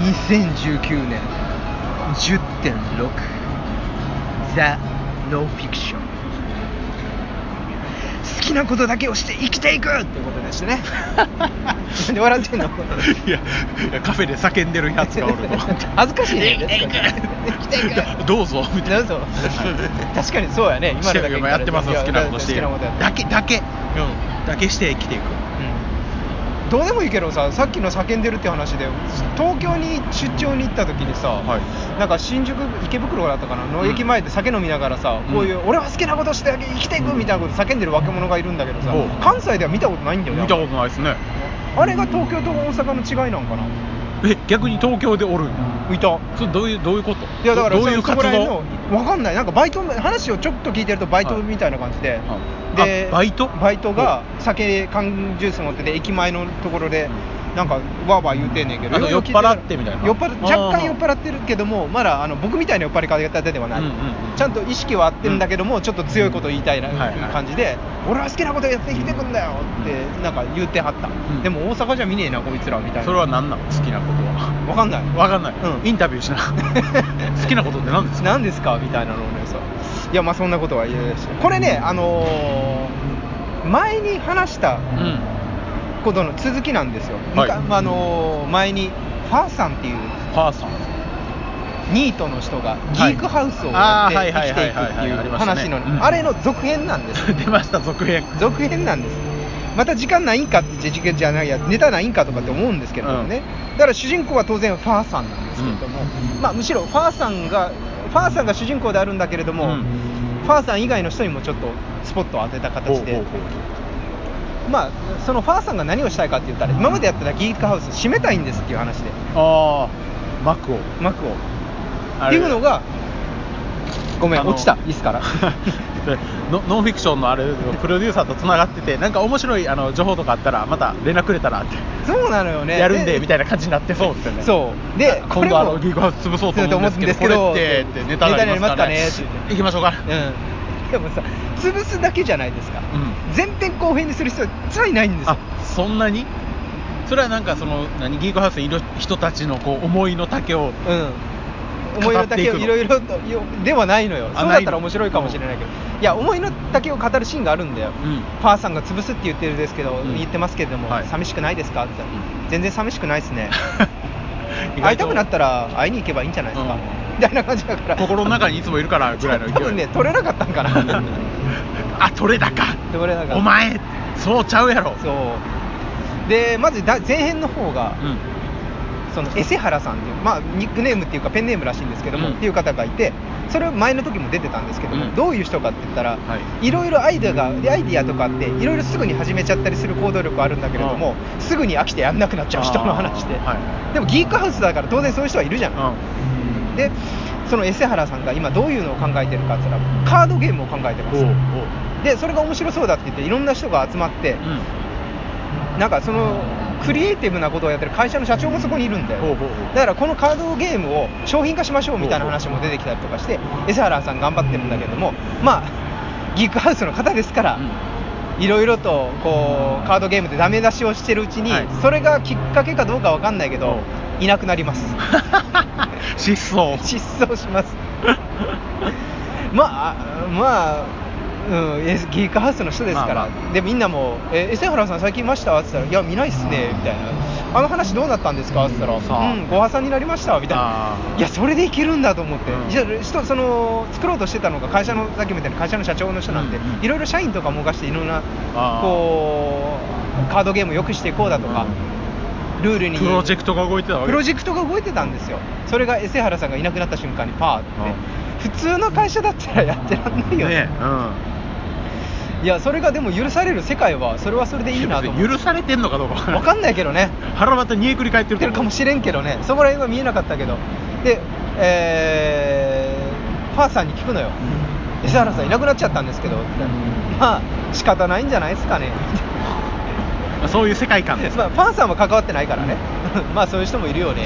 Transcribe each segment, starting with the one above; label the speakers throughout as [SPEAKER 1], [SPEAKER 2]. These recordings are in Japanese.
[SPEAKER 1] 2019年10.6ザ・ノンフィクション好きなことだけをして生きていくってことで してねなんで笑ってんの
[SPEAKER 2] いやいやカフェで叫んでるやつがおるの
[SPEAKER 1] 恥ずかしいね
[SPEAKER 2] 生きていく
[SPEAKER 1] 生きていく
[SPEAKER 2] いやどうぞみたいな
[SPEAKER 1] どうぞ確かにそうやね今のだ け
[SPEAKER 2] 今やってますよ好きなことして
[SPEAKER 1] いや好きなことや
[SPEAKER 2] だ
[SPEAKER 1] って
[SPEAKER 2] けだけ
[SPEAKER 1] うん
[SPEAKER 2] だけして生きていく
[SPEAKER 1] うんどうでもいいけどささっきの叫んでるって話で東京に出張に行った時にさ、
[SPEAKER 2] はい
[SPEAKER 1] なんか新宿池袋だったかなの
[SPEAKER 2] うん
[SPEAKER 1] 駅前で酒飲みながらさ、
[SPEAKER 2] うん
[SPEAKER 1] こういう俺は好きなことして生きていくみたいなこと叫んでる若者がいるんだけどさ、
[SPEAKER 2] ほう
[SPEAKER 1] 関西では見たことないんだよね
[SPEAKER 2] 見たことないですね
[SPEAKER 1] あれが東京と大阪の違いなんかな
[SPEAKER 2] え逆に東京でおるんや
[SPEAKER 1] いた
[SPEAKER 2] それどういうどういうこと
[SPEAKER 1] いやだから
[SPEAKER 2] どういう
[SPEAKER 1] そ
[SPEAKER 2] 活
[SPEAKER 1] こら辺
[SPEAKER 2] 動
[SPEAKER 1] のわかんないなんかバイト話をちょっと聞いてるとバイトみたいな感じで、
[SPEAKER 2] はい
[SPEAKER 1] で
[SPEAKER 2] あバイト
[SPEAKER 1] バイトが酒缶ジュース持ってて駅前のところでなんかわーわー言うてんねんけど
[SPEAKER 2] あの
[SPEAKER 1] よう聞いたら
[SPEAKER 2] 酔っ払ってみたいな
[SPEAKER 1] 酔っ払っ若
[SPEAKER 2] あー
[SPEAKER 1] 干酔っ払ってるけどもまだあの僕みたいな酔っ払い方ではない、
[SPEAKER 2] うんうんうん
[SPEAKER 1] ちゃんと意識は合ってるんだけども、ちょっと強いこと言いたいな
[SPEAKER 2] はいはい
[SPEAKER 1] 感じで、俺は好きなことやって生きてくんだよってなんか言ってはった、
[SPEAKER 2] ん
[SPEAKER 1] でも大阪じゃ見ねえなこいつらみたいな
[SPEAKER 2] それは何なの好きなことは
[SPEAKER 1] わかんない
[SPEAKER 2] わかんない、
[SPEAKER 1] うん
[SPEAKER 2] インタビュー しな好きなことって何ですか
[SPEAKER 1] 何ですかみたいなのをねさいやまあそんなことは言えないしこれねあのー前に話した
[SPEAKER 2] うん
[SPEAKER 1] ことの続きなんですよ、
[SPEAKER 2] はい
[SPEAKER 1] 昔あのー前にファーさんっていう
[SPEAKER 2] 母さん
[SPEAKER 1] ニートの人がギ
[SPEAKER 2] はい
[SPEAKER 1] ークハウスをやって生きていく
[SPEAKER 2] あーはい
[SPEAKER 1] って
[SPEAKER 2] はいはいはい
[SPEAKER 1] い
[SPEAKER 2] はいあり
[SPEAKER 1] う
[SPEAKER 2] ましたね
[SPEAKER 1] 話の
[SPEAKER 2] うん
[SPEAKER 1] あれの続編なんですよ
[SPEAKER 2] 出ました続編
[SPEAKER 1] 続編なんですまた時間ないんかってじゃ時間じゃないやネタないんかとかって思うんですけれどもね、だから主人公は当然ファーさんなんですけれども、まあ、むしろファーさんがファーさんが主人公であるんだけれども、
[SPEAKER 2] うん
[SPEAKER 1] ファーさん以外の人にもちょっとスポットを当てた形で
[SPEAKER 2] ほうほうほ
[SPEAKER 1] まあそのファーさんが何をしたいかって言ったら今までやってたギークハウス閉めたいんですっていう話で
[SPEAKER 2] うああ幕を
[SPEAKER 1] 幕をっていうのがごめ
[SPEAKER 2] あ
[SPEAKER 1] ん
[SPEAKER 2] の
[SPEAKER 1] 落ちた椅子から
[SPEAKER 2] でノノンフィクションのあれプロデューサーとつながっててなんか面白いあの情報とかあったらまた連絡くれたらって
[SPEAKER 1] そうなのよね
[SPEAKER 2] やるんでみたいな感じになってそうですよね
[SPEAKER 1] そうでこ
[SPEAKER 2] 今
[SPEAKER 1] れ
[SPEAKER 2] 度
[SPEAKER 1] も
[SPEAKER 2] あのギークハウス潰そうと思うんですけど
[SPEAKER 1] そうと思うん
[SPEAKER 2] こ
[SPEAKER 1] ですけ
[SPEAKER 2] れ
[SPEAKER 1] ど
[SPEAKER 2] ってってネタになりますかね
[SPEAKER 1] ネタになりますかね
[SPEAKER 2] 行きましょうか
[SPEAKER 1] うん、でもさ潰すだけじゃないですか、
[SPEAKER 2] う
[SPEAKER 1] 前編後編にする必要はさえないんですよ
[SPEAKER 2] あそんなにそれはなんかその何ギークハウスにいる人たちのこう思いの丈を
[SPEAKER 1] うん
[SPEAKER 2] 語
[SPEAKER 1] 思いの
[SPEAKER 2] ってい
[SPEAKER 1] 丈
[SPEAKER 2] く
[SPEAKER 1] を
[SPEAKER 2] の
[SPEAKER 1] いろいろとよではないのよ
[SPEAKER 2] あ
[SPEAKER 1] そうだ
[SPEAKER 2] な
[SPEAKER 1] っ
[SPEAKER 2] い
[SPEAKER 1] たら
[SPEAKER 2] の
[SPEAKER 1] 面白いかもしれないけどいや思いの丈を語るシーンがあるんだよ、
[SPEAKER 2] うん
[SPEAKER 1] パーさんが潰すって言ってるですけど、
[SPEAKER 2] うん
[SPEAKER 1] 言ってますけれども、
[SPEAKER 2] はい
[SPEAKER 1] 寂しくないですかって、
[SPEAKER 2] う
[SPEAKER 1] 全然寂しくないですね
[SPEAKER 2] 意外と
[SPEAKER 1] 会いたくなったら会いに行けばいいんじゃないですか、
[SPEAKER 2] うん
[SPEAKER 1] みたいな感じだから
[SPEAKER 2] 心の中にいつもいるからぐらいの勢い
[SPEAKER 1] 多分ね取れなかったんかな
[SPEAKER 2] あ取れたか
[SPEAKER 1] 取れなかった
[SPEAKER 2] お前そうちゃうやろ
[SPEAKER 1] そうでまずだ前編の方が、
[SPEAKER 2] うん
[SPEAKER 1] そのエセハラさんっていう、まあ、ニックネームっていうかペンネームらしいんですけども、
[SPEAKER 2] うん
[SPEAKER 1] っていう方がいてそれ前の時も出てたんですけども、
[SPEAKER 2] うん
[SPEAKER 1] どういう人かって言ったら、、
[SPEAKER 2] はい
[SPEAKER 1] ろいろアイデアがアイデアとかあっていろいろすぐに始めちゃったりする行動力あるんだけれども、すぐに飽きてやんなくなっちゃう人の話で、
[SPEAKER 2] あーは
[SPEAKER 1] でもギークハウスだから当然そういう人はいるじゃない、でそのエセハラさんが今どういうのを考えてるかって言ったらカードゲームを考えてます
[SPEAKER 2] おう
[SPEAKER 1] でそれが面白そうだって言っていろんな人が集まって、
[SPEAKER 2] うん
[SPEAKER 1] なんかそのクリエイティブなことをやってる会社の社長もそこにいるんだよ
[SPEAKER 2] ほうほうほう
[SPEAKER 1] だからこのカードゲームを商品化しましょうみたいな話も出てきたりとかしてエセハラさん頑張ってるんだけどもまあギークハウスの方ですから、いろいろとこうカードゲームでダメ出しをしてるうちに、
[SPEAKER 2] はい
[SPEAKER 1] それがきっかけかどうかわかんないけど、いなくなります
[SPEAKER 2] 失踪
[SPEAKER 1] 失踪します まあまあうん、えギークハウスの人ですから、
[SPEAKER 2] まあま
[SPEAKER 1] でみんなも「えエセハラさん最近いました?」って言ったら「いや見ないっすね」みたいな「あの話どうなったんですか?」って言った
[SPEAKER 2] さ
[SPEAKER 1] ら「
[SPEAKER 2] あ
[SPEAKER 1] うんご破産になりました」みたいな
[SPEAKER 2] あ
[SPEAKER 1] 「
[SPEAKER 2] ー
[SPEAKER 1] いやそれでいけるんだ」と思って、
[SPEAKER 2] うん
[SPEAKER 1] じゃあ人その作ろうとしてたのが会社のさっきみたいな会社の社長の人なんで、
[SPEAKER 2] うんうん
[SPEAKER 1] いろいろ社員とかも動かしていろんな
[SPEAKER 2] あー
[SPEAKER 1] こうカードゲームを良くしていこうだとか、ルールに
[SPEAKER 2] プロジェクトが動いてたわけ
[SPEAKER 1] プロジェクトが動いてたんですよそれがエセハラさんがいなくなった瞬間にパーって、普通の会社だったらやってらんないよね
[SPEAKER 2] ね
[SPEAKER 1] いやそれがでも許される世界はそれはそれで
[SPEAKER 2] え
[SPEAKER 1] いいなと思う
[SPEAKER 2] 許されてんのかどうか
[SPEAKER 1] 分かんないけどね
[SPEAKER 2] 腹渡煮えくり返っ
[SPEAKER 1] 言
[SPEAKER 2] てる
[SPEAKER 1] ってるかもしれんけどねそこら辺は見えなかったけどでえー、ファーさんに聞くのよ「エセハラさんいなくなっちゃったんですけど」ってまあ仕方ないんじゃないですかね」
[SPEAKER 2] れんそういう世界観です
[SPEAKER 1] まあ、パンさんは関わってないからね まあそういう人もいるよね、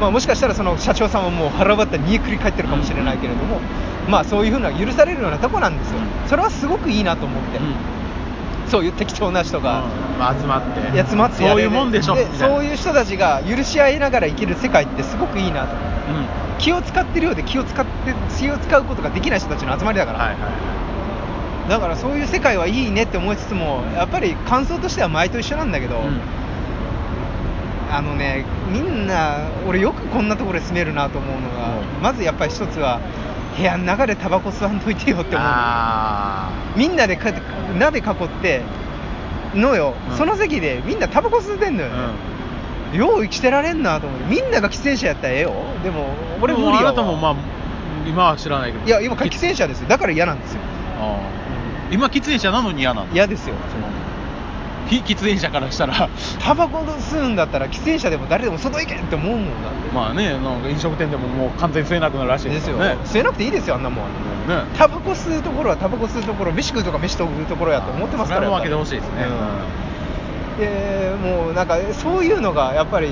[SPEAKER 1] まあ、もしかしたらその社長さんはもう腹ばった煮えくり返ってるかもしれないけれども、まあそういうふうな許されるようなとこなんですよ
[SPEAKER 2] う
[SPEAKER 1] それはすごくいいなと思って、
[SPEAKER 2] うん
[SPEAKER 1] そういう適当な人が、
[SPEAKER 2] まあ集まって
[SPEAKER 1] やつまってや
[SPEAKER 2] そう
[SPEAKER 1] れ
[SPEAKER 2] い
[SPEAKER 1] る
[SPEAKER 2] うもんでしょみたいな
[SPEAKER 1] そういう人たちが許し合いながら生きる世界ってすごくいいなと
[SPEAKER 2] うんは
[SPEAKER 1] 気を使ってるようで気を使って気を使うことができない人たちの集まりだ
[SPEAKER 2] い
[SPEAKER 1] から、
[SPEAKER 2] はいは
[SPEAKER 1] だからそういう世界はいいねって思いつつもやっぱり感想としては前と一緒なんだけど、
[SPEAKER 2] いうん
[SPEAKER 1] あのねみんな俺よくこんなところで住めるなと思うのが、
[SPEAKER 2] うん
[SPEAKER 1] まずやっぱり一つは部屋の中でタバコ吸わんといてよって思う
[SPEAKER 2] あ
[SPEAKER 1] みんなでか鍋囲ってのよ、
[SPEAKER 2] うん
[SPEAKER 1] その席でみんなタバコ吸ってんのよ、
[SPEAKER 2] ー
[SPEAKER 1] よう生きてられんなと思ってみんなが喫煙者やったらええよでも
[SPEAKER 2] うん
[SPEAKER 1] 俺無理
[SPEAKER 2] で
[SPEAKER 1] よ
[SPEAKER 2] もあなたもまあ今は知らないけど
[SPEAKER 1] いや今喫煙者ですよだから嫌なんですよ
[SPEAKER 2] あー今喫煙者なのに嫌なの
[SPEAKER 1] 嫌ですよ
[SPEAKER 2] その非喫煙者からしたら
[SPEAKER 1] タバコ吸うんだったら喫煙者でも誰でも外行けって思うもんだって
[SPEAKER 2] まあねなんか飲食店でももう完全に吸えなくなるらしい
[SPEAKER 1] ですよ、
[SPEAKER 2] ね
[SPEAKER 1] 吸えなくていいですよあんなもん
[SPEAKER 2] ね
[SPEAKER 1] タバコ吸うところはタバコ吸うところ飯食うとか飯食うところやと思ってますから
[SPEAKER 2] それも
[SPEAKER 1] やっ
[SPEAKER 2] 分
[SPEAKER 1] ぱ
[SPEAKER 2] け
[SPEAKER 1] り
[SPEAKER 2] てほしいですね、
[SPEAKER 1] でもうなんかそういうのがやっぱり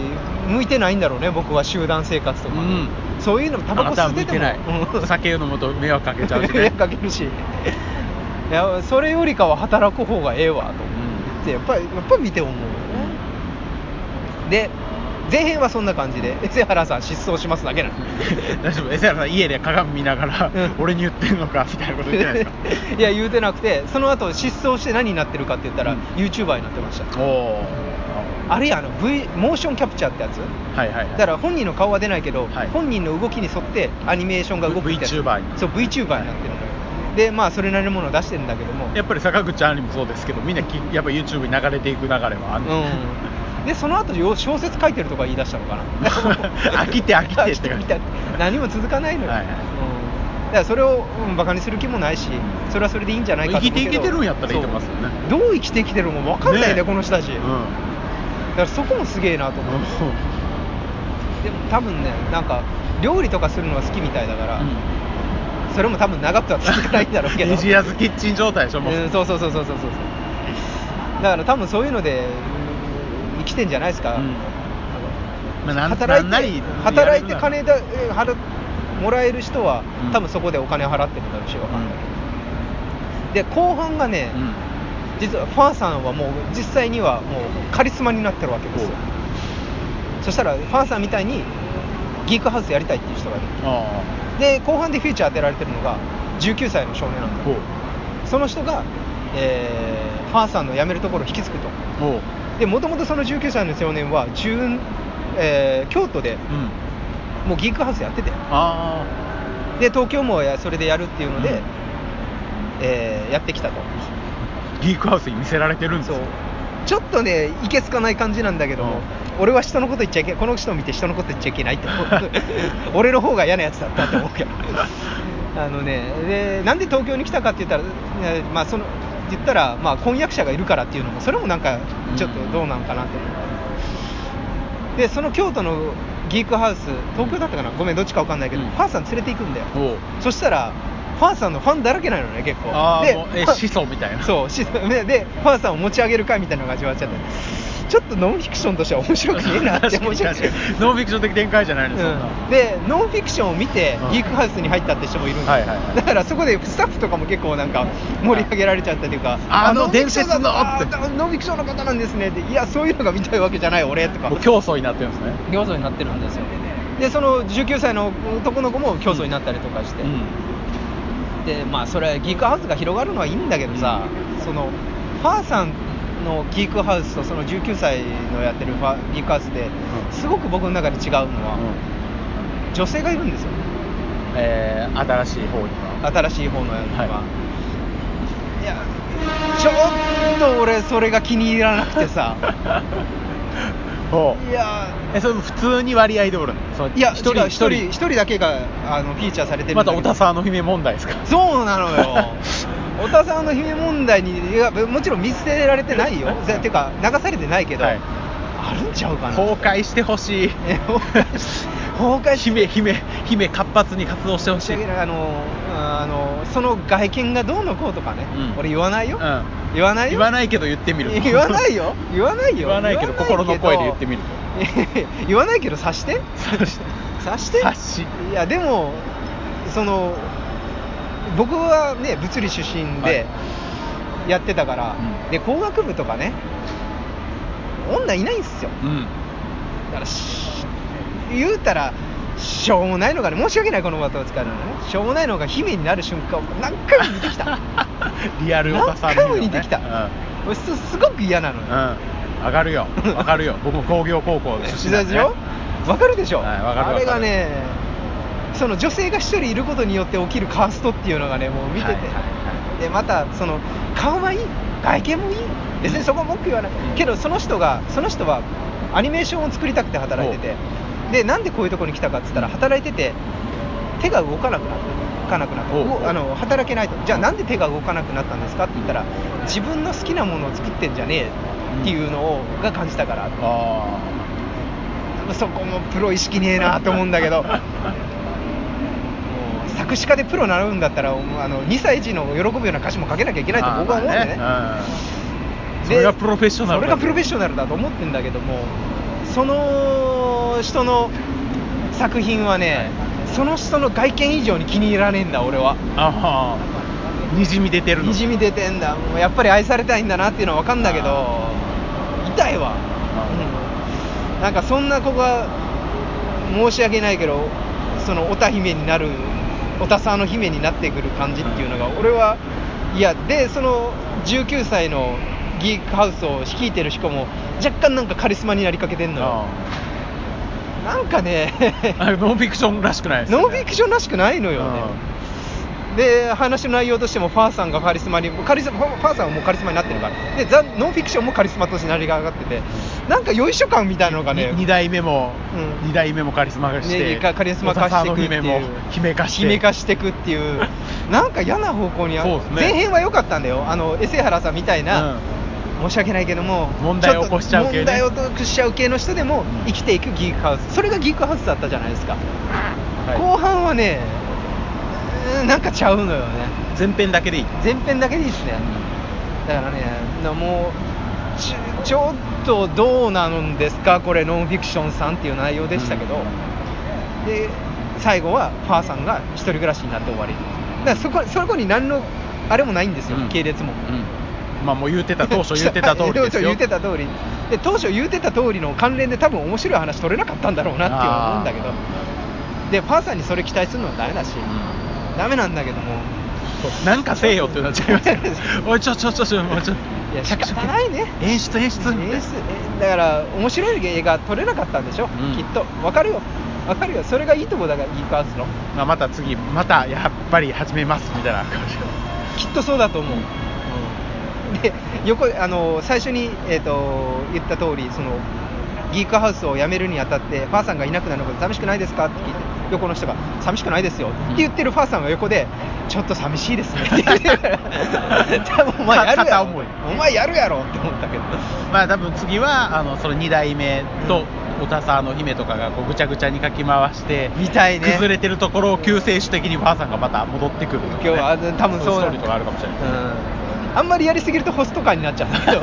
[SPEAKER 1] 向いてないんだろうね僕は集団生活とか、
[SPEAKER 2] うん
[SPEAKER 1] そういうのタ
[SPEAKER 2] あ
[SPEAKER 1] バコ
[SPEAKER 2] なたは
[SPEAKER 1] 吸っ
[SPEAKER 2] 向
[SPEAKER 1] て
[SPEAKER 2] い
[SPEAKER 1] て
[SPEAKER 2] て
[SPEAKER 1] も
[SPEAKER 2] ない
[SPEAKER 1] うん
[SPEAKER 2] 酒飲むと迷惑かけちゃう し
[SPEAKER 1] 迷
[SPEAKER 2] ね
[SPEAKER 1] 惑かけるしいやそれよりかは働く方がええわと思
[SPEAKER 2] う
[SPEAKER 1] ってやっぱりやっぱ見て思うよねで前編はそんな感じで江瀬原さん失踪しますだけなの
[SPEAKER 2] ん 大丈夫エセラさん家で鏡見ながら、
[SPEAKER 1] うん
[SPEAKER 2] 俺に言ってんのかみたいなこと言ってないです か
[SPEAKER 1] いや言うてなくてその後失踪して何になってるかって言ったら、
[SPEAKER 2] うん
[SPEAKER 1] YouTuber になってました
[SPEAKER 2] おお
[SPEAKER 1] あれやあの、v、モーションキャプチャーってやつ
[SPEAKER 2] はいはいはい
[SPEAKER 1] だから本人の顔は出ないけど、
[SPEAKER 2] はい
[SPEAKER 1] 本人の動きに沿ってアニメーションが動くみたいな
[SPEAKER 2] VTuber に
[SPEAKER 1] そう VTuber になってるのよ、でまあそれなりのものを出してるんだけども
[SPEAKER 2] やっぱり坂口杏里もそうですけどみんなきやっぱ YouTube に流れていく流れはある
[SPEAKER 1] うん、でその後よ小説書いてるとか言い出したのかな
[SPEAKER 2] 飽きて飽きてって
[SPEAKER 1] 飽き飽きて何も続かないのよ、
[SPEAKER 2] はいはい
[SPEAKER 1] うんだからそれを、うん、バカにする気もないしそれはそれでいいんじゃないかと思うけど
[SPEAKER 2] 生きていけてるんやったらいいと思いますよね
[SPEAKER 1] そうどう生きていけてるのも分かんないね
[SPEAKER 2] ね
[SPEAKER 1] この人たち、
[SPEAKER 2] う
[SPEAKER 1] だ
[SPEAKER 2] ん
[SPEAKER 1] からそこもすげえなと思う、でも多分ねなんか料理とかするのが好きみたいだから、それも多分長くは続かないんだろうけど
[SPEAKER 2] 西安キッチン状態でしょもう、
[SPEAKER 1] うん、そうそうそうそうそうそうだから多分そういうので生きてんじゃないですか、
[SPEAKER 2] うんまあなん
[SPEAKER 1] 働い
[SPEAKER 2] なんな
[SPEAKER 1] て
[SPEAKER 2] り
[SPEAKER 1] 働いて
[SPEAKER 2] やるなら
[SPEAKER 1] 金だえ払っもらえる人は、
[SPEAKER 2] うん
[SPEAKER 1] 多分そこでお金払ってるんだろうしわかんないで後半がね、
[SPEAKER 2] うんうん
[SPEAKER 1] 実はファーさんはもう実際にはもうカリスマになってるわけですよそしたらファーさんみたいにギークハウスやりたいっていう人がいる
[SPEAKER 2] あ
[SPEAKER 1] で後半でフューチャー当てられてるのが19歳の少年なんだ
[SPEAKER 2] あ
[SPEAKER 1] よ
[SPEAKER 2] ほう
[SPEAKER 1] その人が、えーファーさんの辞めるところを引き継ぐと
[SPEAKER 2] ほう
[SPEAKER 1] でもともとその19歳の少年は、10えー京都で
[SPEAKER 2] うん
[SPEAKER 1] もうギークハウスやってて
[SPEAKER 2] あ
[SPEAKER 1] で東京もやそれでやるっていうので、
[SPEAKER 2] うん
[SPEAKER 1] えーやってき たと
[SPEAKER 2] あギークハウスに見せられてるんです
[SPEAKER 1] そう
[SPEAKER 2] よ
[SPEAKER 1] ちょっとねいけつかない感じなんだけども、
[SPEAKER 2] うん
[SPEAKER 1] 俺は人のこと言っちゃいけこの人を見て人のこと言っちゃいけないって 思う俺の方が嫌なやつだったって思うけどあのねでなんで東京に来たかって言ったら、えーまあ、その言ったら、まあ、婚約者がいるからっていうのもそれもなんかちょっとどうなんかなって思う、でその京都のギークハウス東京だったかなごめんどっちかわかんないけど、
[SPEAKER 2] うん
[SPEAKER 1] ファーさん連れて行くんだよ、
[SPEAKER 2] ほう
[SPEAKER 1] そしたらファンさんのファンだらけなのね結構
[SPEAKER 2] ああ
[SPEAKER 1] で
[SPEAKER 2] もうえ
[SPEAKER 1] ファン
[SPEAKER 2] 始祖みたいな
[SPEAKER 1] そうしででファンさんを持ち上げる会みたいなのが始まっちゃってちょっとノンフィクションとしては面白くねえなって
[SPEAKER 2] 確か
[SPEAKER 1] 面
[SPEAKER 2] に
[SPEAKER 1] 白
[SPEAKER 2] 確
[SPEAKER 1] く
[SPEAKER 2] か
[SPEAKER 1] て
[SPEAKER 2] にノンフィクション的展開じゃないのそんな、
[SPEAKER 1] うん、でノンフィクションを見て
[SPEAKER 2] うん
[SPEAKER 1] ギークハウスに入ったって人もいるんだ,、
[SPEAKER 2] はいはいはい
[SPEAKER 1] だからそこでスタッフとかも結構なんか盛り上げられちゃったというか「
[SPEAKER 2] あの
[SPEAKER 1] ノンフィクションだ
[SPEAKER 2] 伝説の
[SPEAKER 1] あーノンフィクションの方なんですね」って「いやそういうのが見たいわけじゃない俺」とか
[SPEAKER 2] もう競争になってるんですね
[SPEAKER 1] 競争になってるんですよでその19歳の男の子も競争になったりとかして、
[SPEAKER 2] うん
[SPEAKER 1] でまあそれギークハウスが広がるのはいいんだけどさ、そのファーさんのギークハウスとその19歳のやってるファギークハウスで
[SPEAKER 2] うん
[SPEAKER 1] すごく僕の中で違うのは、女性がいるんですよ
[SPEAKER 2] えー新しい方には
[SPEAKER 1] 新しい方のやつは、、
[SPEAKER 2] はい
[SPEAKER 1] やちょっと俺それが気に入らなくて さ
[SPEAKER 2] ほ
[SPEAKER 1] いや
[SPEAKER 2] うえそれも普通に割合でおるのその
[SPEAKER 1] いや
[SPEAKER 2] 一人
[SPEAKER 1] 違う
[SPEAKER 2] 一
[SPEAKER 1] 一人
[SPEAKER 2] 人
[SPEAKER 1] 一人だけがあのフィーチャーされてるんだ
[SPEAKER 2] ま
[SPEAKER 1] け
[SPEAKER 2] た
[SPEAKER 1] ど
[SPEAKER 2] おたさんの姫問題ですか
[SPEAKER 1] そうなの よお田さんの姫問題にいやもちろん見捨てられてないよぜてか流されてないけど、
[SPEAKER 2] はい
[SPEAKER 1] あるんちゃうかな
[SPEAKER 2] 崩壊してほしい
[SPEAKER 1] え崩壊 し崩壊し
[SPEAKER 2] 姫姫姫活発に活動してほしい
[SPEAKER 1] あのあのその外見がどうのこうとかね、
[SPEAKER 2] うん
[SPEAKER 1] 俺言わないよ、
[SPEAKER 2] うん
[SPEAKER 1] 言わないよ
[SPEAKER 2] 言わないけど言ってみる
[SPEAKER 1] 言わないよ言わないよ
[SPEAKER 2] 言わないけど心の声で言ってみる
[SPEAKER 1] 言わないけど察して
[SPEAKER 2] 察し
[SPEAKER 1] 察して
[SPEAKER 2] 察し
[SPEAKER 1] いやでもその僕はね物理出身で、やってたから、
[SPEAKER 2] うん
[SPEAKER 1] で工学部とかね女いないんですよ
[SPEAKER 2] うん
[SPEAKER 1] だからし言うたらしょうもないのがね申し訳ないこの技を使うのねしょうもないのが姫になる瞬間を何回も見てきた
[SPEAKER 2] リアルおばさ
[SPEAKER 1] 何
[SPEAKER 2] ん
[SPEAKER 1] 回も似てきた、
[SPEAKER 2] うん
[SPEAKER 1] 俺すすごく嫌なのよ、
[SPEAKER 2] うん上がるよわかるよ僕も工業高校で
[SPEAKER 1] 取材 でしょわかるでしょ、
[SPEAKER 2] はいわかるわかる
[SPEAKER 1] あれがねその女性が一人いることによって起きるカーストっていうのがねもう見てて、
[SPEAKER 2] はいはいは
[SPEAKER 1] でまたその顔はいい外見もいい別にそこ文句言わない、
[SPEAKER 2] うん
[SPEAKER 1] けどその人がその人はアニメーションを作りたくて働いててでなんでこういうとこに来たかっつったら働いてて手が動かなくなった動かなくなった
[SPEAKER 2] おう
[SPEAKER 1] もうあの働けないとじゃあなんで手が動かなくなったんですかって言ったら自分の好きなものを作ってんじゃねえっていうのをが感じたから
[SPEAKER 2] あ
[SPEAKER 1] そこもプロ意識ねえなと思うんだけ どもう作詞家でプロなるんだったらもうあの2歳児の喜ぶような歌詞も書けなきゃいけな
[SPEAKER 2] ー
[SPEAKER 1] いと僕は思うんだよね
[SPEAKER 2] あーまあねうん
[SPEAKER 1] で
[SPEAKER 2] それがプロフェッショナル
[SPEAKER 1] それがプロフェッショナルだと思ってんだけどもその人の作品はね、その人の外見以上に気に入らねえんだ俺は
[SPEAKER 2] ああにじみ出てるの
[SPEAKER 1] にじみ出てんだもうやっぱり愛されたいんだなっていうのは分かんだけど痛いわ、うん、なんかそんな子が申し訳ないけどそのオタ姫になるオタサーの姫になってくる感じっていうのが俺はいやでその19歳のギークハウスを率いてる人も若干なんかカリスマになりかけてんのよ
[SPEAKER 2] あ
[SPEAKER 1] なんか ね
[SPEAKER 2] ーあれノンフィクションらしくないですよね
[SPEAKER 1] ノンフィクションらしくないのよねで話の内容としてもファーさんがカリスマにカリスマファファーさんはもうカリスマになってるからでザ・ノンフィクションもカリスマとして成り上がっててなんかよいしょ感みたいなのがね
[SPEAKER 2] に二代目も
[SPEAKER 1] うん
[SPEAKER 2] 二代目もカリスマ化して
[SPEAKER 1] ね、カカリスマ化していくっていう
[SPEAKER 2] お笹の姫も姫化して
[SPEAKER 1] 姫化していくっていう なんか嫌な方向にあ
[SPEAKER 2] そうですね
[SPEAKER 1] 前編は良かったんだよあのエセハラさんみたいな、申し訳ないけども
[SPEAKER 2] 問題を起こしちゃう
[SPEAKER 1] ょっ
[SPEAKER 2] 系ね
[SPEAKER 1] と問題を起こしちゃう系の人でも
[SPEAKER 2] うん
[SPEAKER 1] 生きていくギークハウスそれがギークハウスだったじゃないですか、
[SPEAKER 2] うんはい
[SPEAKER 1] 後半はねうんなんかちゃうのよね
[SPEAKER 2] 前編だけでいい
[SPEAKER 1] 前編だけでいいですねだからねなもうちちょっとどうなんですかこれノンフィクションさんっていう内容でしたけど、で最後はファーさんが一人暮らしになって終わりだからそこそこに何のあれもないんですよ、
[SPEAKER 2] うん
[SPEAKER 1] 系列も
[SPEAKER 2] うんまあもう言うてた当初言うてた通 りですよ
[SPEAKER 1] 言うてた通りで当初言うてた通りの関連で多分面白い話取れなかったんだろうなって思うんだけど
[SPEAKER 2] あ
[SPEAKER 1] でファーさんにそれ期待するのはダメだし、
[SPEAKER 2] うん
[SPEAKER 1] ダメなんだけども
[SPEAKER 2] なんかせえよってなっちゃいましたけど おいちょちょちょちょもうちょ
[SPEAKER 1] いや仕方ないね
[SPEAKER 2] 演出演出
[SPEAKER 1] 演出えだから面白い映画撮れなかったんでしょ、
[SPEAKER 2] うん
[SPEAKER 1] きっとわかるよわかるよそれがいいとこだからギークハウスの
[SPEAKER 2] まあまた次またやっぱり始めますみたいな感じ
[SPEAKER 1] きっとそうだと思う、で横あの最初に、えー、と言った通りそのギークハウスを辞めるにあたってファーさんがいなくなるのが寂しくないですかって聞いて横の人が「寂しくないですよ」って言ってるファーさんが横で「ちょっと寂しい ですね」って言ってるから多分お前やるや
[SPEAKER 2] 片
[SPEAKER 1] ろ
[SPEAKER 2] 思い
[SPEAKER 1] お前やるやろって思ったけど
[SPEAKER 2] まあ多分次はあのその2代目
[SPEAKER 1] う
[SPEAKER 2] とおたさの姫とかがこうぐちゃぐちゃにかき回して
[SPEAKER 1] 見たいね
[SPEAKER 2] 崩れてるところを救世主的にばあさんがまた戻ってくるとか、
[SPEAKER 1] 今
[SPEAKER 2] ね、
[SPEAKER 1] 日はあ多分そう
[SPEAKER 2] スト
[SPEAKER 1] な
[SPEAKER 2] ー
[SPEAKER 1] ん
[SPEAKER 2] リ
[SPEAKER 1] だ
[SPEAKER 2] ーとかあるかもしれない、
[SPEAKER 1] うんあんまりやりすぎるとホスト感になっちゃう んだけど、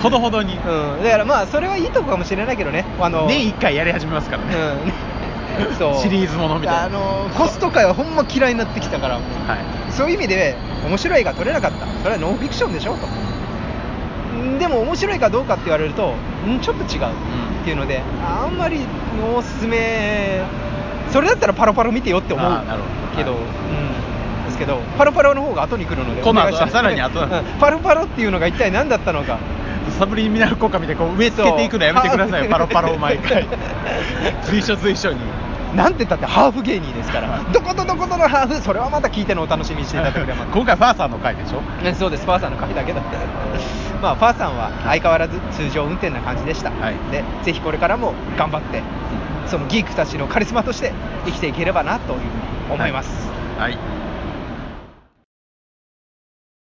[SPEAKER 2] ほどほどに、
[SPEAKER 1] うん、だからまあそれはいいとこかもしれないけどねあの
[SPEAKER 2] 年1回やり始めますからね、
[SPEAKER 1] うん、そう
[SPEAKER 2] シリーズものみたいな
[SPEAKER 1] あのホスト界はほんま嫌いになってきたから
[SPEAKER 2] はい
[SPEAKER 1] そういう意味で面白い映画撮れなかったそれはノンフィクションでしょとんでも面白いかどうかって言われるとんちょっと違うっていうのであんまりおすすめそれだったらパロパロ見てよって思う
[SPEAKER 2] あーなるほど
[SPEAKER 1] けど、
[SPEAKER 2] は
[SPEAKER 1] うんですけどパロパロの方が後に来るので
[SPEAKER 2] この後
[SPEAKER 1] お願いします
[SPEAKER 2] さらに後だ
[SPEAKER 1] うん パロパロっていうのが一体何だったのか
[SPEAKER 2] サブリミナル効果みたいにこう植え付けていくのやめてくださ
[SPEAKER 1] そ
[SPEAKER 2] いう パロパロを毎回 随所随所に
[SPEAKER 1] なんて言ったってハーフ芸人ですからどことどことのハーフそれはまた聞いてのお楽しみにしていただけれ ば
[SPEAKER 2] 今回ファーさんの回でしょ
[SPEAKER 1] ね、そうです、ファーさんの回だけど、まあ、ファーさんは相変わらず通常運転な感じでした、
[SPEAKER 2] はい
[SPEAKER 1] でぜひこれからも頑張って、そのギークたちのカリスマとして生きていければなというふうに思います。
[SPEAKER 2] はい